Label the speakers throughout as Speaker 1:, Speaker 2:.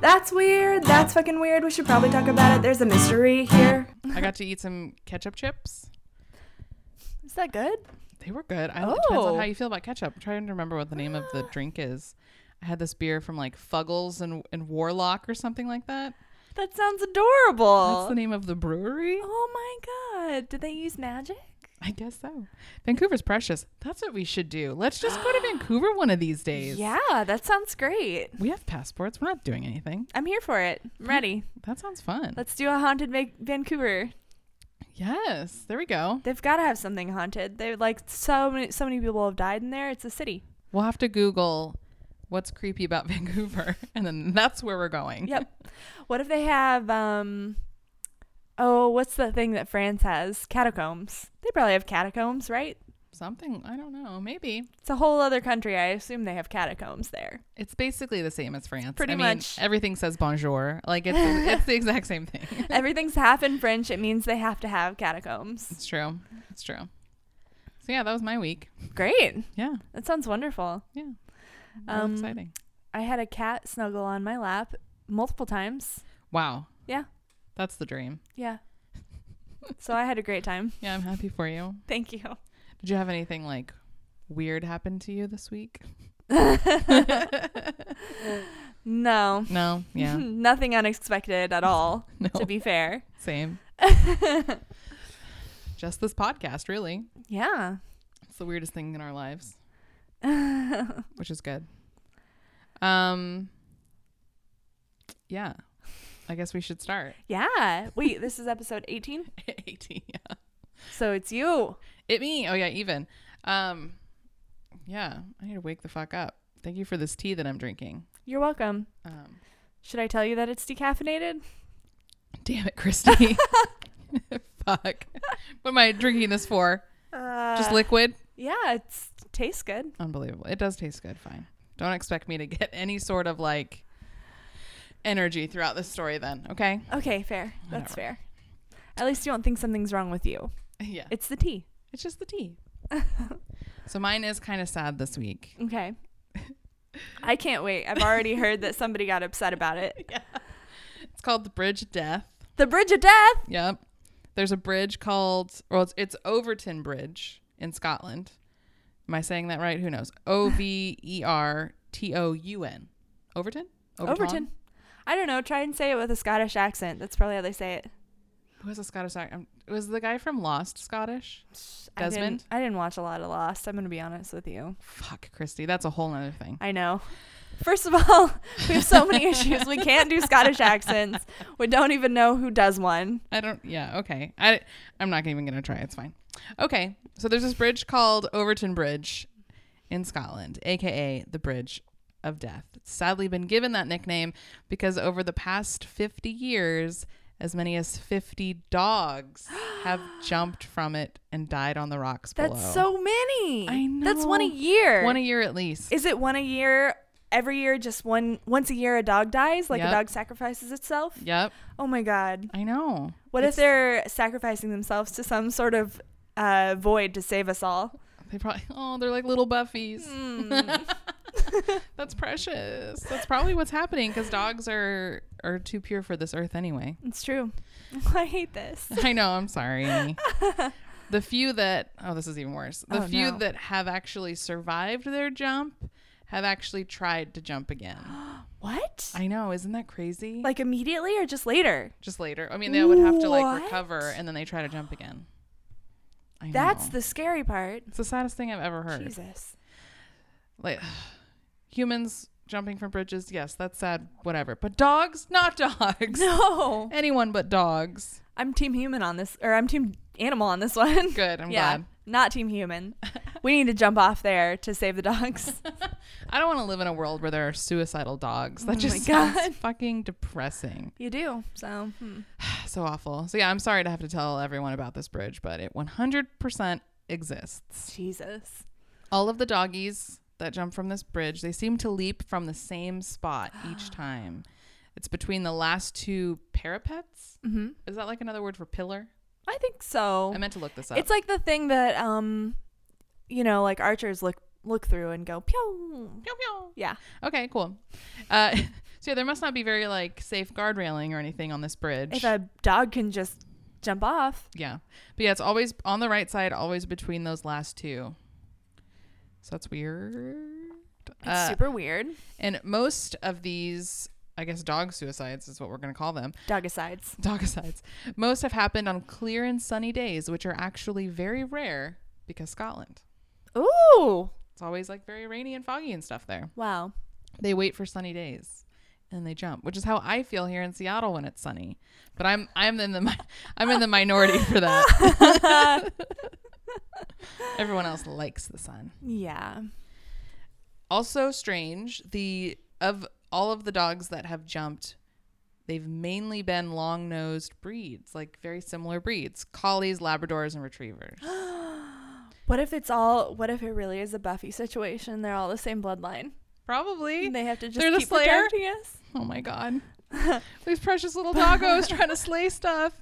Speaker 1: That's weird. That's fucking weird. We should probably talk about it. There's a mystery here.
Speaker 2: I got to eat some ketchup chips.
Speaker 1: Is that good?
Speaker 2: They were good. I, It depends on
Speaker 1: Oh.
Speaker 2: how you feel about ketchup. I'm trying to remember what the name of the drink is. I had this beer from like Fuggles and, and Warlock or something like that.
Speaker 1: That sounds
Speaker 2: That's
Speaker 1: adorable.
Speaker 2: the name of the brewery.
Speaker 1: oh my god. Did they use magic?
Speaker 2: I guess so. Vancouver's precious. That's what we should do. Let's just go to Vancouver one of these days.
Speaker 1: Yeah, that sounds great.
Speaker 2: We have passports. We're not doing anything.
Speaker 1: I'm here for it. I'm ready.
Speaker 2: That sounds fun.
Speaker 1: Let's do a haunted Va- Vancouver.
Speaker 2: yes. There we go.
Speaker 1: They've got to have something haunted. They like so many so many people have died in there. It's a city.
Speaker 2: We'll have to Google what's creepy about Vancouver, and then that's where we're going.
Speaker 1: Yep. what if they have um Oh, what's the thing that France has? Catacombs. They probably have catacombs, right?
Speaker 2: Something I don't know. Maybe
Speaker 1: It's a whole other country. I assume they have catacombs there.
Speaker 2: it's basically the same as France.
Speaker 1: Pretty
Speaker 2: I mean,
Speaker 1: much.
Speaker 2: Everything says bonjour. Like it's it's the exact same thing.
Speaker 1: Everything's half in French. It means they have to have catacombs.
Speaker 2: It's true. It's true. So yeah, that was my week.
Speaker 1: Great.
Speaker 2: Yeah.
Speaker 1: That sounds wonderful.
Speaker 2: Yeah. Real
Speaker 1: Um,
Speaker 2: exciting.
Speaker 1: I had a cat snuggle on my lap multiple times.
Speaker 2: Wow.
Speaker 1: yeah.
Speaker 2: That's the dream.
Speaker 1: Yeah. so I had a great time.
Speaker 2: Yeah, I'm happy for you.
Speaker 1: Thank you.
Speaker 2: Did you have anything like weird happen to you this week?
Speaker 1: No.
Speaker 2: No. Yeah.
Speaker 1: Nothing unexpected at all,
Speaker 2: No.
Speaker 1: to be fair.
Speaker 2: Same. Just this podcast, really.
Speaker 1: Yeah.
Speaker 2: It's the weirdest thing in our lives, which is good. Um, yeah, I guess we should start.
Speaker 1: Yeah. Wait, this is episode 18?
Speaker 2: 18. Yeah.
Speaker 1: So it's you.
Speaker 2: It me. Oh yeah, even. Um, yeah, I need to wake the fuck up. Thank you for this tea that I'm drinking.
Speaker 1: You're welcome.
Speaker 2: Um,
Speaker 1: Should I tell you that it's decaffeinated?
Speaker 2: damn it, Christy. fuck. What am I drinking this for?
Speaker 1: Uh,
Speaker 2: Just liquid.
Speaker 1: yeah, it's tastes good.
Speaker 2: Unbelievable. It does taste good. Fine. Don't expect me to get any sort of like energy throughout this story, then. Okay.
Speaker 1: Okay, fair. That's fair.
Speaker 2: Whatever.
Speaker 1: At least you don't think something's wrong with you.
Speaker 2: Yeah.
Speaker 1: It's the tea.
Speaker 2: It's just the tea. so mine is kind of sad this week.
Speaker 1: Okay. I can't wait. I've already heard that somebody got upset about it.
Speaker 2: It's called the Bridge of Death.
Speaker 1: The Bridge of Death.
Speaker 2: Yep. There's a bridge called, well, it's, it's Overton Bridge in Scotland. Am I saying that right? Who knows? O V E R T O U N. Overton?
Speaker 1: Overton. I don't know. Try and say it with a Scottish accent. That's probably how they say it.
Speaker 2: Who has a Scottish accent? Was the guy from Lost Scottish?
Speaker 1: I
Speaker 2: Desmond?
Speaker 1: didn't, I didn't watch a lot of Lost. I'm going to be honest with you.
Speaker 2: Fuck, Christy. That's a whole nother thing.
Speaker 1: I know. First of all, we have so many issues. We can't do Scottish accents. We don't even know who does one.
Speaker 2: I don't. Yeah. Okay. I. I'm not even gonna try. It's fine. Okay. So there's this bridge called Overton Bridge, in Scotland, aka the Bridge of Death. It's sadly been given that nickname because over the past 50 years, as many as 50 dogs have jumped from it and died on the rocks below.
Speaker 1: That's so many.
Speaker 2: I know.
Speaker 1: That's one a year.
Speaker 2: One a year at least.
Speaker 1: Is it one a year? Every year, just one once a year, a dog dies. Like
Speaker 2: Yep.
Speaker 1: a dog sacrifices itself.
Speaker 2: yep.
Speaker 1: Oh my god.
Speaker 2: I know.
Speaker 1: What
Speaker 2: It's-
Speaker 1: if they're sacrificing themselves to some sort of uh, void to save us all?
Speaker 2: They probably oh, they're like little buffies.
Speaker 1: Hmm.
Speaker 2: That's precious. That's probably what's happening because dogs are are too pure for this earth anyway.
Speaker 1: It's true. I hate this.
Speaker 2: I know. I'm sorry. the few that oh, this is even worse. The
Speaker 1: Oh,
Speaker 2: few
Speaker 1: no.
Speaker 2: that have actually survived their jump have actually tried to jump again.
Speaker 1: What?
Speaker 2: I know. Isn't that crazy?
Speaker 1: Like immediately or just later?
Speaker 2: just later. I mean, they would have to like
Speaker 1: What?
Speaker 2: recover and then they try to jump again. I
Speaker 1: That's
Speaker 2: know.
Speaker 1: the scary part.
Speaker 2: it's the saddest thing I've ever heard.
Speaker 1: Jesus.
Speaker 2: like humans jumping from bridges yes that's sad whatever but dogs not dogs
Speaker 1: No.
Speaker 2: anyone but dogs
Speaker 1: I'm team human on this, or I'm team animal on this one.
Speaker 2: good i'm
Speaker 1: yeah.
Speaker 2: glad
Speaker 1: Not team human. we need to jump off there to save the dogs.
Speaker 2: i don't want to live in a world where there are suicidal dogs that
Speaker 1: Oh
Speaker 2: just
Speaker 1: my God.
Speaker 2: sounds fucking depressing
Speaker 1: you do. So, hmm.
Speaker 2: so awful so yeah i'm sorry to have to tell everyone about this bridge but it 100% exists
Speaker 1: Jesus.
Speaker 2: all of the doggies that jump from this bridge they seem to leap from the same spot each time it's between the last two parapets
Speaker 1: hmm
Speaker 2: is that like another word for pillar
Speaker 1: I think so.
Speaker 2: i meant to look this up
Speaker 1: It's like the thing that, um, you know, like archers look look through and go pew.
Speaker 2: Pew, pew.
Speaker 1: Yeah.
Speaker 2: Okay, cool. Uh, So yeah, there must not be very like safe guard railing or anything on this bridge.
Speaker 1: If a dog can just jump off,
Speaker 2: yeah. But yeah, it's always on the right side, always between those last two. So that's weird.
Speaker 1: it's
Speaker 2: Uh,
Speaker 1: super weird.
Speaker 2: and most of these, I guess, dog suicides is what we're going to call them.
Speaker 1: Dog asides.
Speaker 2: Dogicides. Most have happened on clear and sunny days, which are actually very rare because Scotland.
Speaker 1: Ooh.
Speaker 2: It's always like very rainy and foggy and stuff there.
Speaker 1: Wow.
Speaker 2: They wait for sunny days and they jump, which is how I feel here in Seattle when it's sunny. But I'm I'm in the mi- I'm in the minority for that. Everyone else likes the sun.
Speaker 1: Yeah.
Speaker 2: Also strange, the of all of the dogs that have jumped, they've mainly been long-nosed breeds, like very similar breeds, collies, labradors and retrievers.
Speaker 1: What if it's all? What if it really is a Buffy situation? They're all the same bloodline.
Speaker 2: Probably.
Speaker 1: And they have to just
Speaker 2: They're the
Speaker 1: keep
Speaker 2: Slayer?
Speaker 1: protecting us.
Speaker 2: Oh my god. These precious little doggos trying to slay stuff.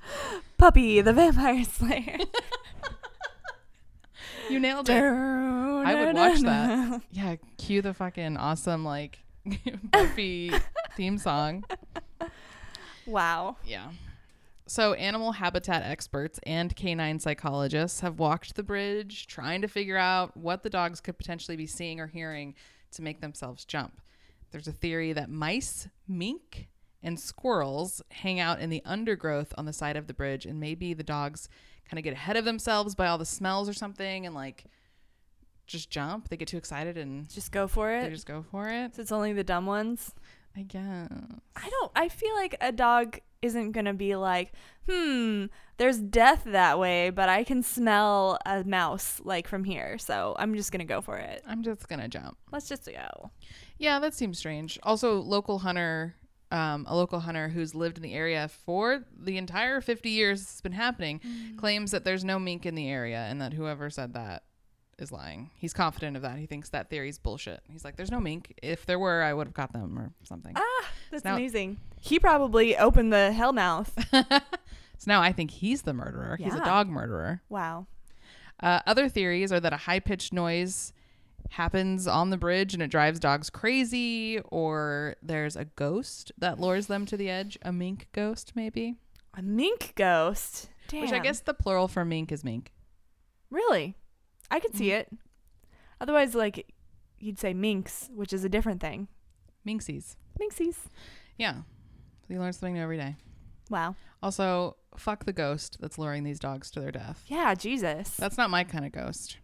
Speaker 1: Puppy, the Vampire Slayer.
Speaker 2: You nailed it.
Speaker 1: I
Speaker 2: I would watch that. Yeah, cue the fucking awesome like Buffy theme song.
Speaker 1: Wow.
Speaker 2: Yeah. So, animal habitat experts and canine psychologists have walked the bridge trying to figure out what the dogs could potentially be seeing or hearing to make themselves jump. There's a theory that mice, mink, and squirrels hang out in the undergrowth on the side of the bridge, and maybe the dogs kind of get ahead of themselves by all the smells or something and like just jump. They get too excited and
Speaker 1: Just go for
Speaker 2: they
Speaker 1: it.
Speaker 2: just go for it.
Speaker 1: So it's only the dumb ones.
Speaker 2: I guess.
Speaker 1: I don't. I feel like a dog isn't gonna be like, hmm, there's death that way, but I can smell a mouse like from here, so I'm just gonna go for it.
Speaker 2: I'm just going to jump.
Speaker 1: Let's just go.
Speaker 2: Yeah, that seems strange. Also, local hunter, um, a local hunter who's lived in the area for the entire 50 years it's been happening, claims that there's no mink in the area and that whoever said that is lying. He's confident of that. He thinks that theory's bullshit. He's like, there's no mink. If there were, I would have caught them or something.
Speaker 1: That's
Speaker 2: Now-
Speaker 1: amazing. He probably opened the hell mouth.
Speaker 2: Ah. so now I think he's the murderer. He's a
Speaker 1: Yeah.
Speaker 2: dog murderer.
Speaker 1: wow.
Speaker 2: Uh, other theories are that a high pitched noise happens on the bridge and it drives dogs crazy, or there's a ghost that lures them to the edge, a mink ghost, maybe.
Speaker 1: A mink ghost. Damn.
Speaker 2: Which I guess the plural for mink is mink.
Speaker 1: Really? I could see
Speaker 2: Mm-hmm.
Speaker 1: it. Otherwise, like, you'd say minx, which is a different thing.
Speaker 2: Minxies.
Speaker 1: Minxies.
Speaker 2: Yeah. You learn something new every day.
Speaker 1: Wow.
Speaker 2: Also, fuck the ghost that's luring these dogs to their death.
Speaker 1: Yeah, Jesus.
Speaker 2: That's not my kind of ghost.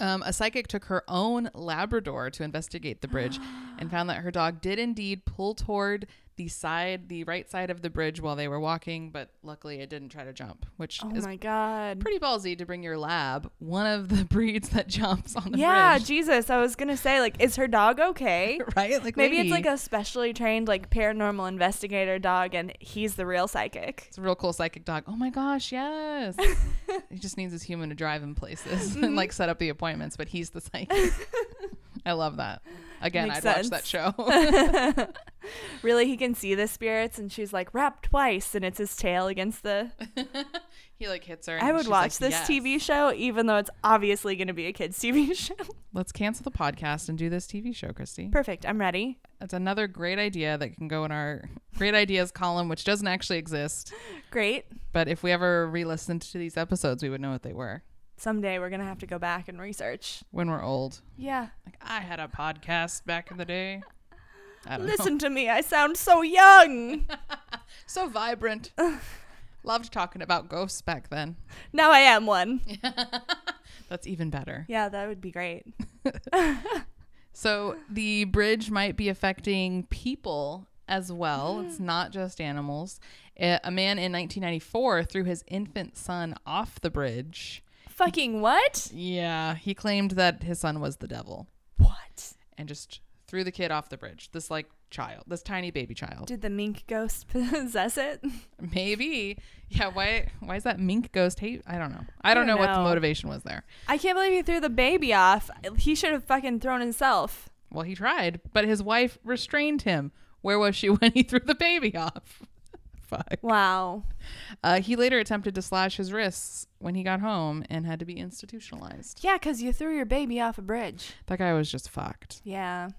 Speaker 2: Um, a psychic took her own Labrador to investigate the bridge and found that her dog did indeed pull toward the side, the right side of the bridge while they were walking, but luckily it didn't try to jump, which
Speaker 1: oh
Speaker 2: is
Speaker 1: my God.
Speaker 2: pretty ballsy to bring your lab, one of the breeds that jumps on the
Speaker 1: Yeah,
Speaker 2: bridge.
Speaker 1: Jesus. I was going to say, like, is her dog okay?
Speaker 2: Right? Like
Speaker 1: Maybe it's
Speaker 2: lady.
Speaker 1: like a specially trained, like, paranormal investigator dog, and he's the real psychic.
Speaker 2: It's a real cool psychic dog. Oh my gosh, yes. he just needs his human to drive him places
Speaker 1: Mm-hmm.
Speaker 2: and like set up the appointments, but he's the psychic. I love that. Again,
Speaker 1: Makes
Speaker 2: I'd
Speaker 1: sense.
Speaker 2: watch that show.
Speaker 1: Really, he can see the spirits, and she's like, rap twice, and it's his tail against the.
Speaker 2: He like hits her.
Speaker 1: I would watch this TV show, even though it's obviously going to be a kids' TV show.
Speaker 2: Let's cancel the podcast and do this TV show, Christy.
Speaker 1: Perfect. I'm ready.
Speaker 2: That's another great idea that can go in our great ideas column, which doesn't actually exist.
Speaker 1: Great.
Speaker 2: But if we ever re-listened to these episodes, we would know what they were
Speaker 1: Someday we're going to have to go back and research.
Speaker 2: when we're old.
Speaker 1: Yeah.
Speaker 2: Like I had a podcast back in the day. I don't know.
Speaker 1: Listen to me. I sound so young.
Speaker 2: So vibrant. Loved talking about ghosts back then.
Speaker 1: now I am one.
Speaker 2: That's even better.
Speaker 1: Yeah, that would be great.
Speaker 2: So the bridge might be affecting people as well. It's not just animals. A a man in 1994 threw his infant son off the bridge.
Speaker 1: Fucking what?
Speaker 2: Yeah, he claimed that his son was the devil
Speaker 1: What?
Speaker 2: and just threw the kid off the bridge. This like child, this tiny baby child.
Speaker 1: Did the mink ghost possess it?
Speaker 2: Maybe. Yeah, why why is that mink ghost hate? I don't know. I don't know
Speaker 1: don't
Speaker 2: what the
Speaker 1: know.
Speaker 2: motivation was there.
Speaker 1: I can't believe he threw the baby off. He should have fucking thrown himself.
Speaker 2: Well, he tried, but his wife restrained him. Where was she when he threw the baby off? Fuck.
Speaker 1: Wow.
Speaker 2: Uh, he later attempted to slash his wrists when he got home and had to be institutionalized.
Speaker 1: Yeah, because you threw your baby off a bridge.
Speaker 2: That guy was just fucked.
Speaker 1: Yeah.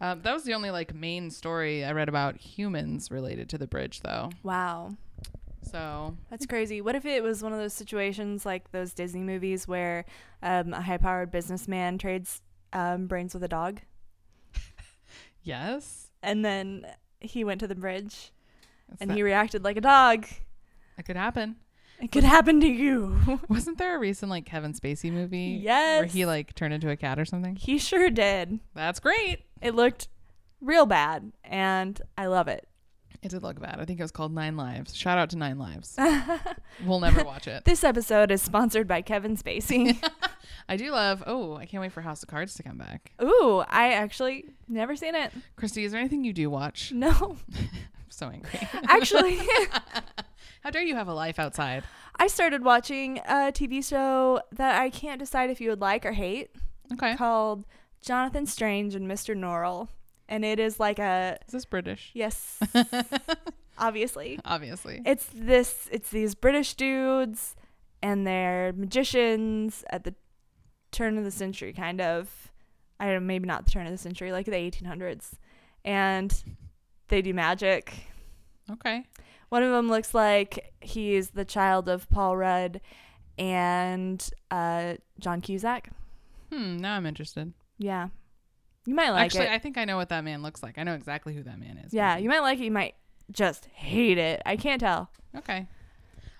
Speaker 2: Um, that was the only like main story I read about humans related to the bridge, though.
Speaker 1: Wow.
Speaker 2: So
Speaker 1: That's crazy. What if it was one of those situations like those Disney movies where um, a high powered businessman trades um, brains with a dog
Speaker 2: yes,
Speaker 1: and then he went to the bridge
Speaker 2: it's
Speaker 1: and
Speaker 2: that-
Speaker 1: he reacted like a dog?
Speaker 2: it could happen.
Speaker 1: It could happen to you.
Speaker 2: Wasn't there a recent like Kevin Spacey movie where he
Speaker 1: Yes.
Speaker 2: like turned into a cat or something?
Speaker 1: he sure did.
Speaker 2: That's great.
Speaker 1: It looked real bad and I love it.
Speaker 2: It did look bad. I think it was called Nine Lives. Shout out to Nine Lives. we'll never watch it.
Speaker 1: This episode is sponsored by Kevin Spacey.
Speaker 2: I do love. Oh, I can't wait for House of Cards to come back.
Speaker 1: Ooh, I actually never seen it.
Speaker 2: Christy, is there anything you do watch?
Speaker 1: No.
Speaker 2: I'm so angry.
Speaker 1: Actually,
Speaker 2: How dare you have a life outside?
Speaker 1: I started watching a TV show that I can't decide if you would like or hate
Speaker 2: Okay.
Speaker 1: called Jonathan Strange and Mr. Norrell. And it is like a
Speaker 2: Is this British?
Speaker 1: yes, obviously.
Speaker 2: Obviously.
Speaker 1: It's this it's these British dudes and they're magicians at the turn of the century kind of. I don't maybe not the turn of the century, like the 1800s. And they do magic.
Speaker 2: Okay.
Speaker 1: One of them looks like he is the child of Paul Rudd and uh, John Cusack.
Speaker 2: Hmm. Now I'm interested.
Speaker 1: Yeah, you might like
Speaker 2: Actually,
Speaker 1: it.
Speaker 2: I think I know what that man looks like. I know exactly who that man is.
Speaker 1: yeah, you might like it. You might just hate it. I can't tell.
Speaker 2: Okay. I'll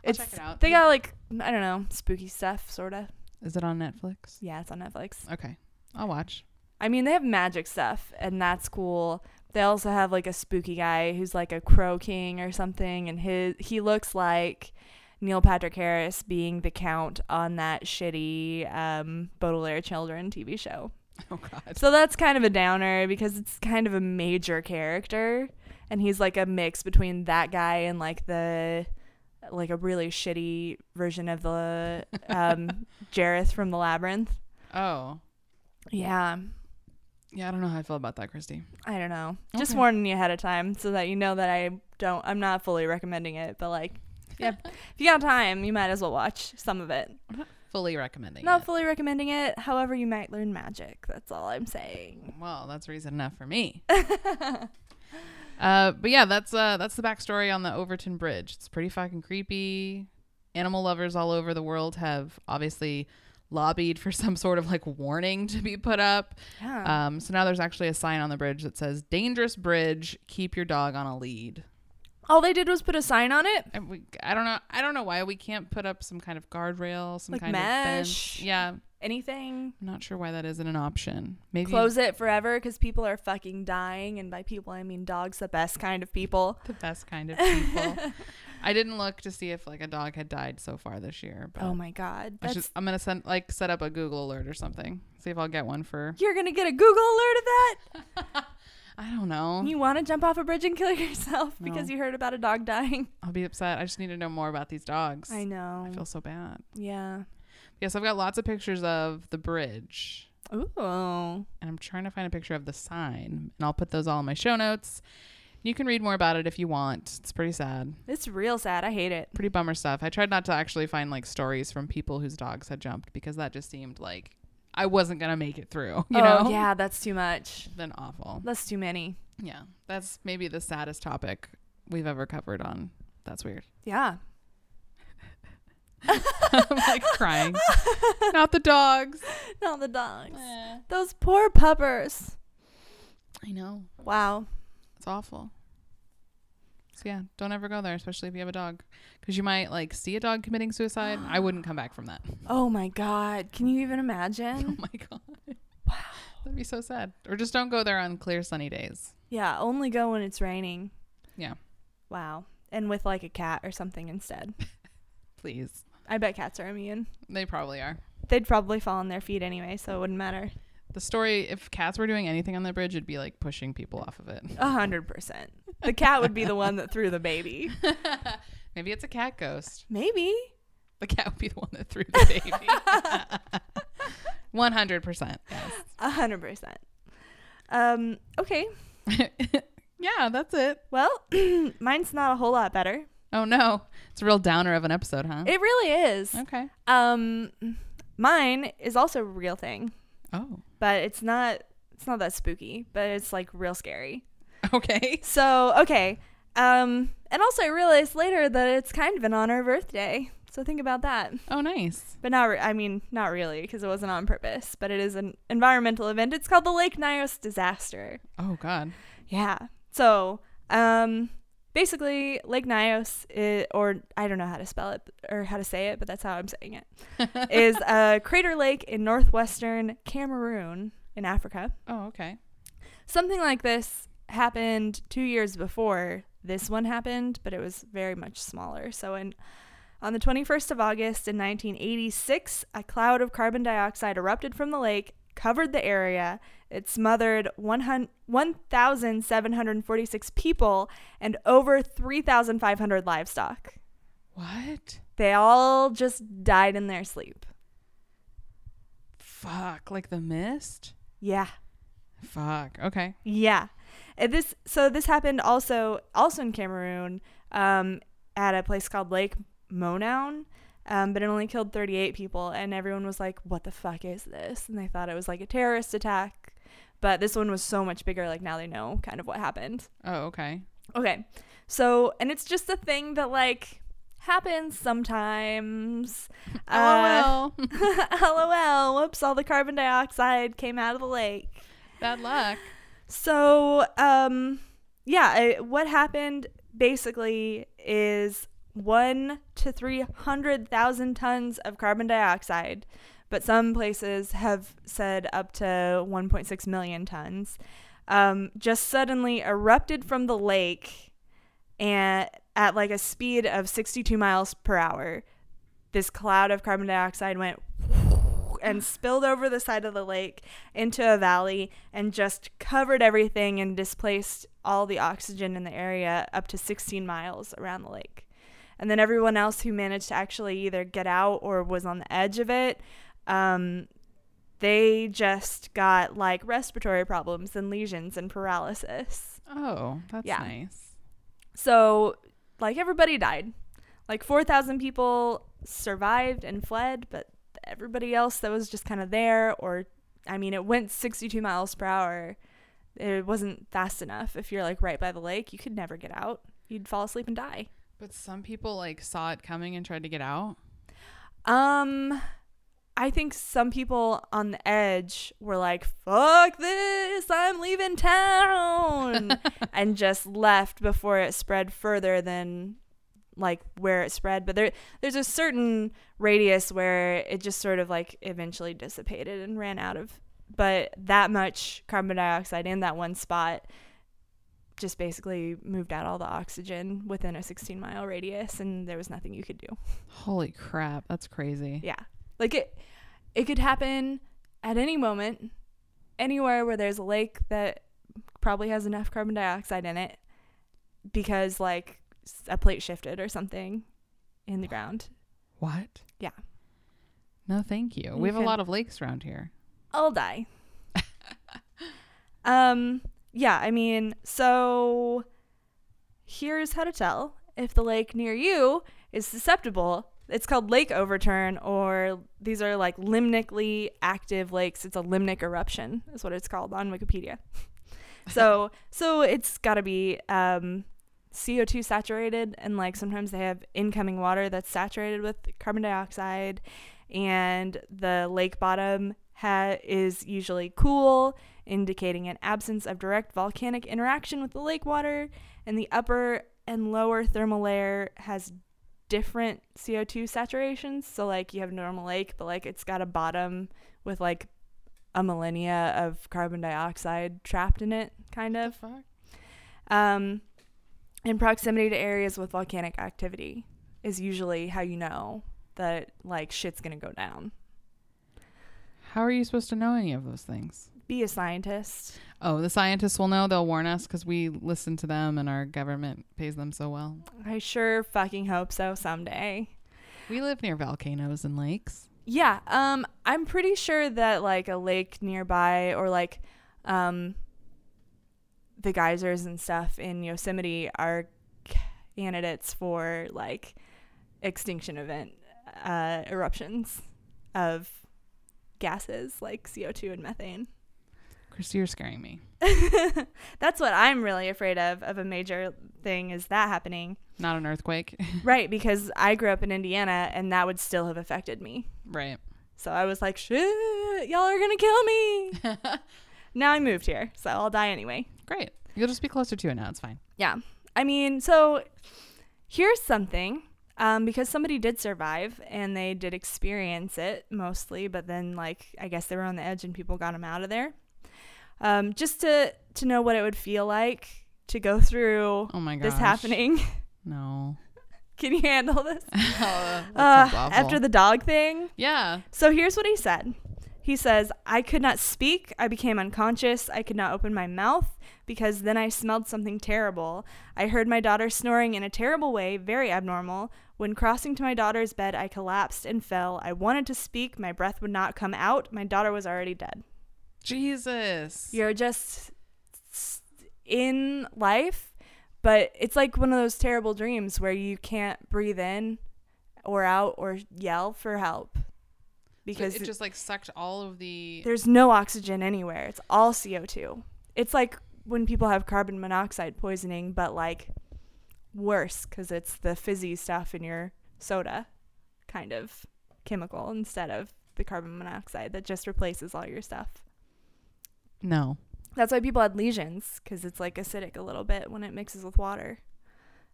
Speaker 1: It's,
Speaker 2: check it out.
Speaker 1: They got like I don't know spooky stuff, sort of.
Speaker 2: Is it on Netflix?
Speaker 1: Yeah, it's on Netflix.
Speaker 2: Okay. I'll watch.
Speaker 1: I mean, they have magic stuff, and that's cool. They also have like a spooky guy who's like a crow king or something, and his he looks like Neil Patrick Harris being the count on that shitty um, Baudelaire Children TV show.
Speaker 2: Oh God.
Speaker 1: So that's kind of a downer because it's kind of a major character, and he's like a mix between that guy and like the like a really shitty version of the um, Jareth from the Labyrinth.
Speaker 2: Oh.
Speaker 1: Yeah.
Speaker 2: Yeah. I don't know how I feel about that, Christy.
Speaker 1: I don't know. Just
Speaker 2: Okay.
Speaker 1: warning you ahead of time so that you know that I don't. I'm not fully recommending it, but like, yeah, if you got time, you might as well watch some of it.
Speaker 2: Fully recommending.
Speaker 1: Not
Speaker 2: it.
Speaker 1: fully recommending it. However, you might learn magic. That's all I'm saying.
Speaker 2: Well, that's reason enough for me. uh, but yeah, that's uh, that's the backstory on the Overton Bridge. It's pretty fucking creepy. Animal lovers all over the world have obviously lobbied for some sort of like warning to be put up.
Speaker 1: Yeah.
Speaker 2: Um, so now there's actually a sign on the bridge that says "Dangerous Bridge. Keep your dog on a lead."
Speaker 1: all they did was put a sign on it.
Speaker 2: And we, I don't know, I don't know why we can't put up some kind of guardrail, some
Speaker 1: Like
Speaker 2: kind of
Speaker 1: mesh?
Speaker 2: fence. Yeah, I'm
Speaker 1: Anything.
Speaker 2: not sure why that isn't an option. Maybe
Speaker 1: Close it forever because people are fucking dying, and by people I mean dogs, the best kind of people.
Speaker 2: the best kind of people. I didn't look to see if like a dog had died so far this year, but
Speaker 1: Oh my god,
Speaker 2: I
Speaker 1: that's
Speaker 2: am gonna send like set up a Google alert or something. See if I'll get one for
Speaker 1: you're gonna get a Google alert of that.
Speaker 2: I don't know.
Speaker 1: You want to jump off a bridge and kill yourself
Speaker 2: Oh. No.
Speaker 1: because you heard about a dog dying?
Speaker 2: I'll be upset. I just need to know more about these dogs.
Speaker 1: I know.
Speaker 2: I feel so bad.
Speaker 1: yeah.
Speaker 2: Yes, I've got lots of pictures of the bridge.
Speaker 1: Ooh.
Speaker 2: and I'm trying to find a picture of the sign, and I'll put those all in my show notes. You can read more about it if you want. It's pretty sad,
Speaker 1: It's real sad. I hate it.
Speaker 2: pretty bummer stuff. I tried not to actually find like stories from people whose dogs had jumped because that just seemed like I wasn't gonna make it through. You
Speaker 1: oh,
Speaker 2: know?
Speaker 1: yeah, that's too much.
Speaker 2: Been awful.
Speaker 1: That's too many.
Speaker 2: Yeah, that's maybe the saddest topic we've ever covered on. That's weird.
Speaker 1: Yeah.
Speaker 2: I'm like crying. Not the dogs.
Speaker 1: Not the dogs.
Speaker 2: I
Speaker 1: Those poor puppers.
Speaker 2: know.
Speaker 1: Wow.
Speaker 2: It's awful. So yeah, don't ever go there, especially if you have a dog, because you might like see a dog committing suicide. I wouldn't come back from that.
Speaker 1: Oh my God. Can you even
Speaker 2: Oh
Speaker 1: imagine?
Speaker 2: my god. Wow. That'd be so sad. Or just don't go there on clear sunny days.
Speaker 1: yeah, only go when it's raining.
Speaker 2: Yeah.
Speaker 1: Wow. And with like a cat or something instead.
Speaker 2: Please.
Speaker 1: I bet cats are immune.
Speaker 2: They probably are.
Speaker 1: They'd probably fall on their feet anyway, so it wouldn't matter.
Speaker 2: The story if cats were doing anything on that bridge, it'd be like pushing people off of it.
Speaker 1: A hundred percent. The cat would be the one that threw the baby.
Speaker 2: Maybe it's a cat ghost.
Speaker 1: Maybe.
Speaker 2: The cat would be the one that threw the baby. 100%.
Speaker 1: A hundred percent. Um, okay.
Speaker 2: Yes. yeah, that's it.
Speaker 1: Well, mine's not a whole lot better.
Speaker 2: Oh no. It's a real downer of an episode, huh?
Speaker 1: It really is.
Speaker 2: okay.
Speaker 1: Um, mine is also a real thing,
Speaker 2: Oh.
Speaker 1: but it's not It's not that spooky, but it's like real scary.
Speaker 2: Okay.
Speaker 1: So, okay. Um, and also, I realized later that it's kind of in honor of Earth Day. So think about that.
Speaker 2: Oh, nice.
Speaker 1: But not, re- I mean, not really, because it wasn't on purpose. But it is an environmental event. It's called the Lake Nyos disaster.
Speaker 2: Oh, God.
Speaker 1: Yeah. So, um, basically, Lake Nyos, i or I don't know how to spell it or how to say it, but that's how I'm saying it, is a crater lake in northwestern Cameroon in Africa.
Speaker 2: Oh, okay.
Speaker 1: Something like this happened two years before this one happened, but it was very much smaller. So, in on the 21st of August in 1986, a cloud of carbon dioxide erupted from the lake, covered the area. It smothered 100 1,746 people and over 3,500 livestock.
Speaker 2: What?
Speaker 1: They all just died in their sleep.
Speaker 2: Fuck. Like the mist?
Speaker 1: Yeah.
Speaker 2: Fuck. Okay.
Speaker 1: Yeah. Uh, This so this happened also also in Cameroon um, at a place called Lake Monoun, um, but it only killed 38 people, and everyone was like, "What the fuck is this?" And they thought it was like a terrorist attack, but this one was so much bigger. Like now they know kind of what happened.
Speaker 2: Oh, okay.
Speaker 1: Okay, so and it's just a thing that like happens sometimes. Uh,
Speaker 2: oh, well.
Speaker 1: LOL. Whoops! All the carbon dioxide came out of the lake.
Speaker 2: Bad luck.
Speaker 1: So, um, yeah, I, what happened basically is one to 300,000 tons of carbon dioxide, but some places have said up to 1.6 million tons, um, just suddenly erupted from the lake and at like a speed of 62 miles per hour. This cloud of carbon dioxide went and spilled over the side of the lake into a valley and just covered everything and displaced all the oxygen in the area up to 16 miles around the lake. And then everyone else who managed to actually either get out or was on the edge of it, um, they just got like respiratory problems and lesions and paralysis.
Speaker 2: Oh, that's
Speaker 1: Yeah.
Speaker 2: nice.
Speaker 1: So, like, everybody died. Like, 4,000 people survived and fled, but everybody else that was just kind of there, or I mean, it went 62 miles per hour. It wasn't fast enough. If you're like right by the lake, you could never get out. You'd fall asleep and die.
Speaker 2: But some people like saw it coming and tried to get out.
Speaker 1: Um, I think some people on the edge were like, fuck this, I'm leaving town, and just left before it spread further than like where it spread. But there, there's a certain radius where it just sort of like eventually dissipated and ran out of. But that much carbon dioxide in that one spot just basically moved out all the oxygen within a 16 mile radius, and there was nothing you could do.
Speaker 2: Holy crap. That's crazy.
Speaker 1: Yeah. Like it it could happen at any moment anywhere where there's a lake that probably has enough carbon dioxide in it because like s- a plate shifted or something in the ground.
Speaker 2: What?
Speaker 1: Yeah.
Speaker 2: No, thank you.
Speaker 1: You
Speaker 2: we have
Speaker 1: can-
Speaker 2: a lot of lakes around here.
Speaker 1: I'll die. um yeah, I mean, so here's how to tell if the lake near you is susceptible. It's called lake overturn or these are like limnically active lakes. It's a limnic eruption is what it's called on Wikipedia. So so it's got to be um CO2 saturated and like sometimes they have incoming water that's saturated with carbon dioxide and the lake bottom ha- is usually cool, indicating an absence of direct volcanic interaction with the lake water, and the upper and lower thermal layer has different CO2 saturations. So like you have a normal lake, but like it's got a bottom with like a millennia of carbon dioxide trapped in it, kind of
Speaker 2: fuck?
Speaker 1: um, and proximity to areas with volcanic activity is usually how you know that like shit's gonna go down.
Speaker 2: How are you supposed to know any of those things?
Speaker 1: Be a scientist.
Speaker 2: Oh, the scientists will know. They'll warn us because we listen to them and our government pays them so well.
Speaker 1: I sure fucking hope so someday.
Speaker 2: We live near volcanoes and lakes.
Speaker 1: Yeah, um, I'm pretty sure that like a lake nearby or like um, the geysers and stuff in Yosemite are candidates for like extinction event uh, eruptions of gases like CO2 and methane.
Speaker 2: Christy, you're scaring me.
Speaker 1: That's what I'm really afraid of of a major thing is that happening.
Speaker 2: Not an earthquake.
Speaker 1: Right, because I grew up in Indiana and that would still have affected me.
Speaker 2: right.
Speaker 1: So I was like, shit, y'all are going to kill me. now I moved here, so I'll die anyway.
Speaker 2: Great. You'll just be closer to it now. It's fine.
Speaker 1: Yeah. I mean, so here's something um, because somebody did survive and they did experience it mostly, but then, like, I guess they were on the edge and people got them out of there. Um, just to, to know what it would feel like to go through
Speaker 2: Oh my gosh. Oh,
Speaker 1: this happening.
Speaker 2: No.
Speaker 1: Can you handle this?
Speaker 2: that
Speaker 1: Uh,
Speaker 2: sounds awful.
Speaker 1: after the dog thing.
Speaker 2: Yeah.
Speaker 1: So here's what he said. He says, I could not speak. I became unconscious. I could not open my mouth because then I smelled something terrible. I heard my daughter snoring in a terrible way, very abnormal. When crossing to my daughter's bed, I collapsed and fell. I wanted to speak. My breath would not come out. My daughter was already dead.
Speaker 2: Jesus.
Speaker 1: You're just s- in life, but it's like one of those terrible dreams where you can't breathe in or out or yell for help because
Speaker 2: Because it just like sucked all of the.
Speaker 1: there's no oxygen anywhere. It's all CO2. It's like when people have carbon monoxide poisoning, but like worse because it's the fizzy stuff in your soda kind of chemical instead of the carbon monoxide that just replaces all your stuff.
Speaker 2: No.
Speaker 1: That's why people had lesions because it's like acidic a little bit when it mixes with water,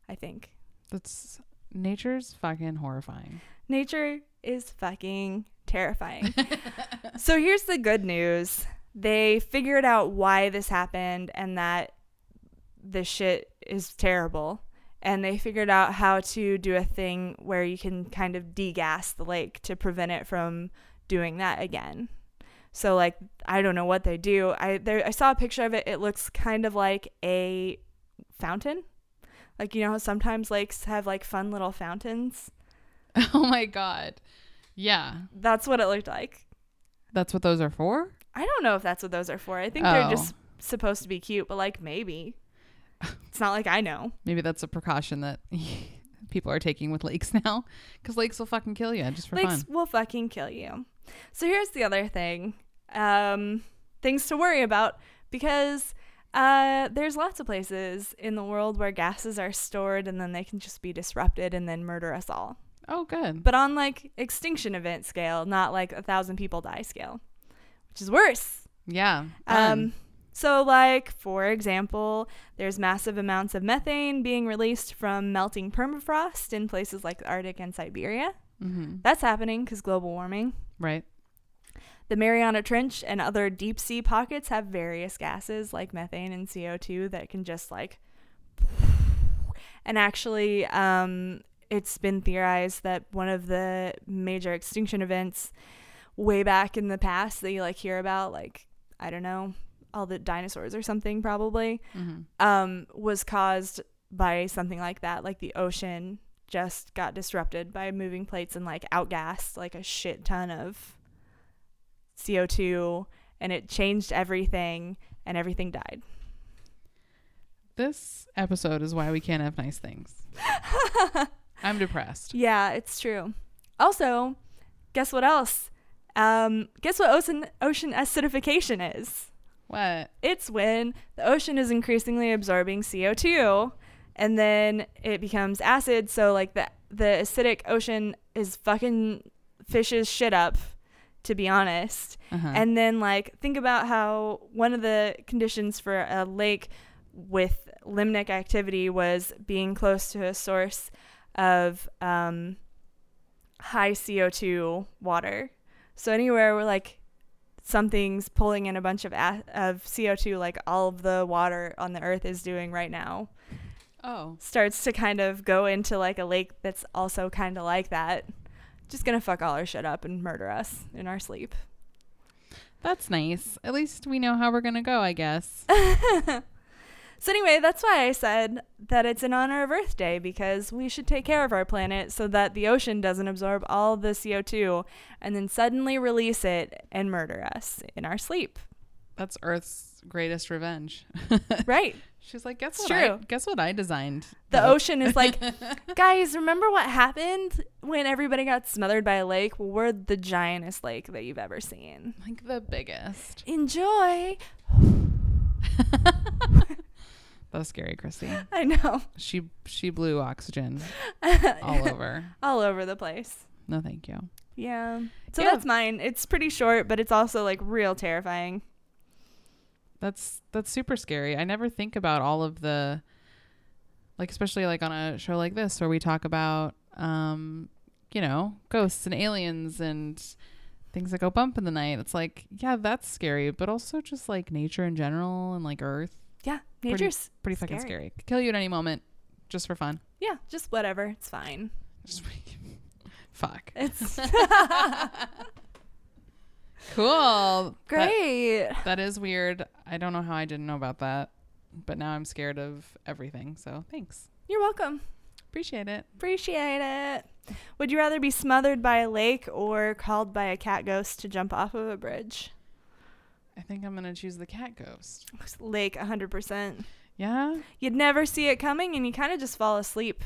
Speaker 1: I think.
Speaker 2: That's nature's fucking horrifying.
Speaker 1: Nature is fucking terrifying. so here's the good news. They figured out why this happened and that this shit is terrible. And they figured out how to do a thing where you can kind of degas the lake to prevent it from doing that again. So like I don't know what they do. I there I saw a picture of it. It looks kind of like a fountain. Like you know how sometimes lakes have like fun little fountains?
Speaker 2: oh my god. Yeah.
Speaker 1: That's what it looked like.
Speaker 2: That's what those are for?
Speaker 1: I don't know if that's what those are for. I think they're
Speaker 2: Oh.
Speaker 1: just supposed to be cute, but like maybe. It's not like I know.
Speaker 2: Maybe that's a precaution that people are taking with lakes now. Because lakes will fucking kill you just for
Speaker 1: Lakes
Speaker 2: fun.
Speaker 1: will fucking kill you. So here's the other thing um, things to worry about because uh, there's lots of places in the world where gases are stored and then they can just be disrupted and then murder us all.
Speaker 2: Oh, good.
Speaker 1: But on like extinction event scale, not like a thousand people die scale, which is worse.
Speaker 2: Yeah.
Speaker 1: Um, so, like, for example, there's massive amounts of methane being released from melting permafrost in places like the Arctic and Siberia.
Speaker 2: mm-hmm.
Speaker 1: That's happening because global warming.
Speaker 2: Right.
Speaker 1: The Mariana Trench and other deep sea pockets have various gases like methane and CO2 that can just like. And actually, um, it's been theorized that one of the major extinction events way back in the past that you like hear about, like, I don't know, all the dinosaurs or something probably,
Speaker 2: Mm-hmm.
Speaker 1: um, was caused by something like that. Like the ocean just got disrupted by moving plates and like outgassed like a shit ton of CO2 and it changed everything and everything died.
Speaker 2: This episode is why we can't have nice things. I'm depressed.
Speaker 1: Yeah, it's true. Also, guess what else? Um, guess what ocean, ocean acidification is?
Speaker 2: What?
Speaker 1: It's when the ocean is increasingly absorbing CO2 and then it becomes acid. So, like, the, the acidic ocean is fucking fishes shit up, to be honest.
Speaker 2: Uh-huh.
Speaker 1: And then, like, think about how one of the conditions for a lake with limnic activity was being close to a source of um, high CO2 water. So, anywhere where, like, something's pulling in a bunch of, a- of CO2, like all of the water on the earth is doing right now,
Speaker 2: oh.
Speaker 1: starts to kind of go into, like, a lake that's also kind of like that. Just gonna fuck all our shit up and murder us in our sleep.
Speaker 2: That's nice. At least we know how we're gonna go, I guess.
Speaker 1: So anyway, that's why I said that it's in honor of Earth Day because we should take care of our planet so that the ocean doesn't absorb all the CO2 and then suddenly release it and murder us in our sleep.
Speaker 2: That's Earth's greatest revenge.
Speaker 1: Right.
Speaker 2: She's like, guess
Speaker 1: It's
Speaker 2: what? I,
Speaker 1: true.
Speaker 2: guess what I designed.
Speaker 1: The
Speaker 2: Nope.
Speaker 1: ocean is like, guys, remember what happened when everybody got smothered by a lake? Well, we're the giantest lake that you've ever seen.
Speaker 2: like the biggest.
Speaker 1: Enjoy.
Speaker 2: That was scary, Christy.
Speaker 1: I know.
Speaker 2: She she blew oxygen all over.
Speaker 1: All over the place.
Speaker 2: No, thank you.
Speaker 1: Yeah. So
Speaker 2: Yeah.
Speaker 1: that's mine. It's pretty short, but it's also like real terrifying.
Speaker 2: That's that's super scary. I never think about all of the like especially like on a show like this where we talk about um you know, ghosts and aliens and things that go bump in the night. It's like, yeah, that's scary, but also just like nature in general and like earth.
Speaker 1: Yeah.
Speaker 2: Pretty-
Speaker 1: Nature's
Speaker 2: Pretty fucking scary. Could kill you at any moment just for fun.
Speaker 1: Yeah, just whatever. It's fine.
Speaker 2: Just fuck.
Speaker 1: It's
Speaker 2: Cool. That-
Speaker 1: great.
Speaker 2: That is weird. I don't know how I didn't know about that, but now I'm scared of everything. So thanks.
Speaker 1: You're welcome.
Speaker 2: Appreciate it.
Speaker 1: Appreciate it. Would you rather be smothered by a lake or called by a cat ghost to jump off of a bridge?
Speaker 2: I think I'm going to choose the cat ghost.
Speaker 1: Lake 100%.
Speaker 2: Yeah.
Speaker 1: You'd never see it coming and you kind of just fall asleep.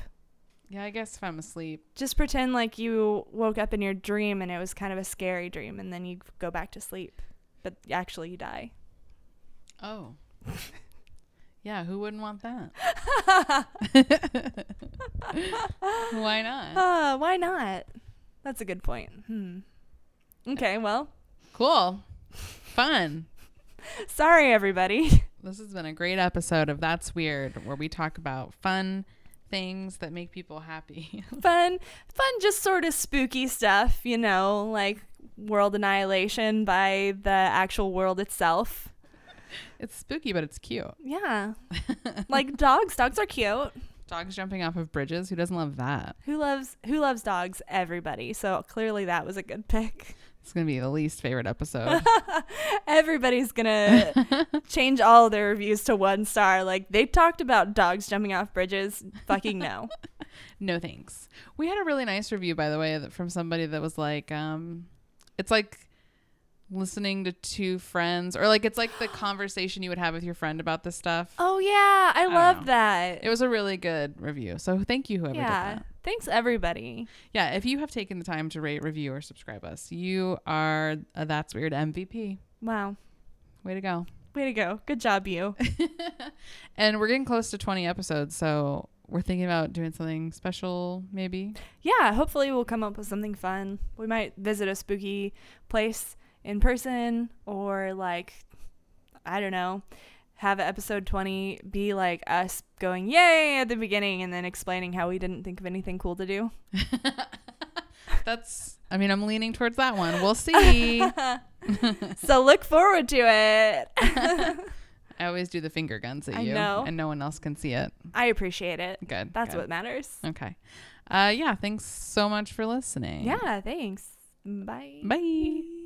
Speaker 2: Yeah, I guess if I'm asleep.
Speaker 1: Just pretend like you woke up in your dream and it was kind of a scary dream and then you go back to sleep. But actually, you die.
Speaker 2: Oh. yeah, who wouldn't want that? Why not?
Speaker 1: Uh, why not? That's a good point. Hmm. Okay, well,
Speaker 2: Cool. Fun.
Speaker 1: sorry, everybody.
Speaker 2: This has been a great episode of That's Weird, where we talk about fun things that make people happy.
Speaker 1: fun, fun, just sort of spooky stuff, you know, like world annihilation by the actual world itself.
Speaker 2: it's spooky, but it's cute.
Speaker 1: Yeah. like dogs. Dogs are cute.
Speaker 2: Dogs jumping off of bridges. Who doesn't love that?
Speaker 1: Who loves who loves dogs? Everybody. So clearly that was a good pick.
Speaker 2: It's gonna be the least favorite episode.
Speaker 1: Everybody's gonna change all their reviews to one star. Like they talked about dogs jumping off bridges. Fucking no.
Speaker 2: no thanks. We had a really nice review, by the way, that from somebody that was like, um, it's like listening to two friends, or like it's like the conversation you would have with your friend about this stuff.
Speaker 1: oh yeah, I,
Speaker 2: don't
Speaker 1: love
Speaker 2: know.
Speaker 1: that.
Speaker 2: It was a really good review. So thank you, whoever
Speaker 1: yeah.
Speaker 2: did that.
Speaker 1: Thanks everybody.
Speaker 2: Yeah, if you have taken the time to rate, review, or subscribe us, you are a That's Weird MVP.
Speaker 1: Wow.
Speaker 2: Way to go.
Speaker 1: Way to go. Good job you.
Speaker 2: And we're getting close to 20 episodes, so we're thinking about doing something special, maybe.
Speaker 1: yeah, hopefully we'll come up with something fun. We might visit a spooky place in person or like I don't know, have episode 20 be like us going yay at the beginning and then explaining how we didn't think of anything cool to do.
Speaker 2: That's, I mean, I'm leaning towards that one. We'll see.
Speaker 1: so look forward to it.
Speaker 2: I always do the finger guns at
Speaker 1: I
Speaker 2: you,
Speaker 1: know.
Speaker 2: and no one else can see it.
Speaker 1: I appreciate it.
Speaker 2: Good.
Speaker 1: That's
Speaker 2: good.
Speaker 1: what matters.
Speaker 2: Okay. Uh, yeah. Thanks so much for listening.
Speaker 1: Yeah, thanks. Bye.
Speaker 2: Bye.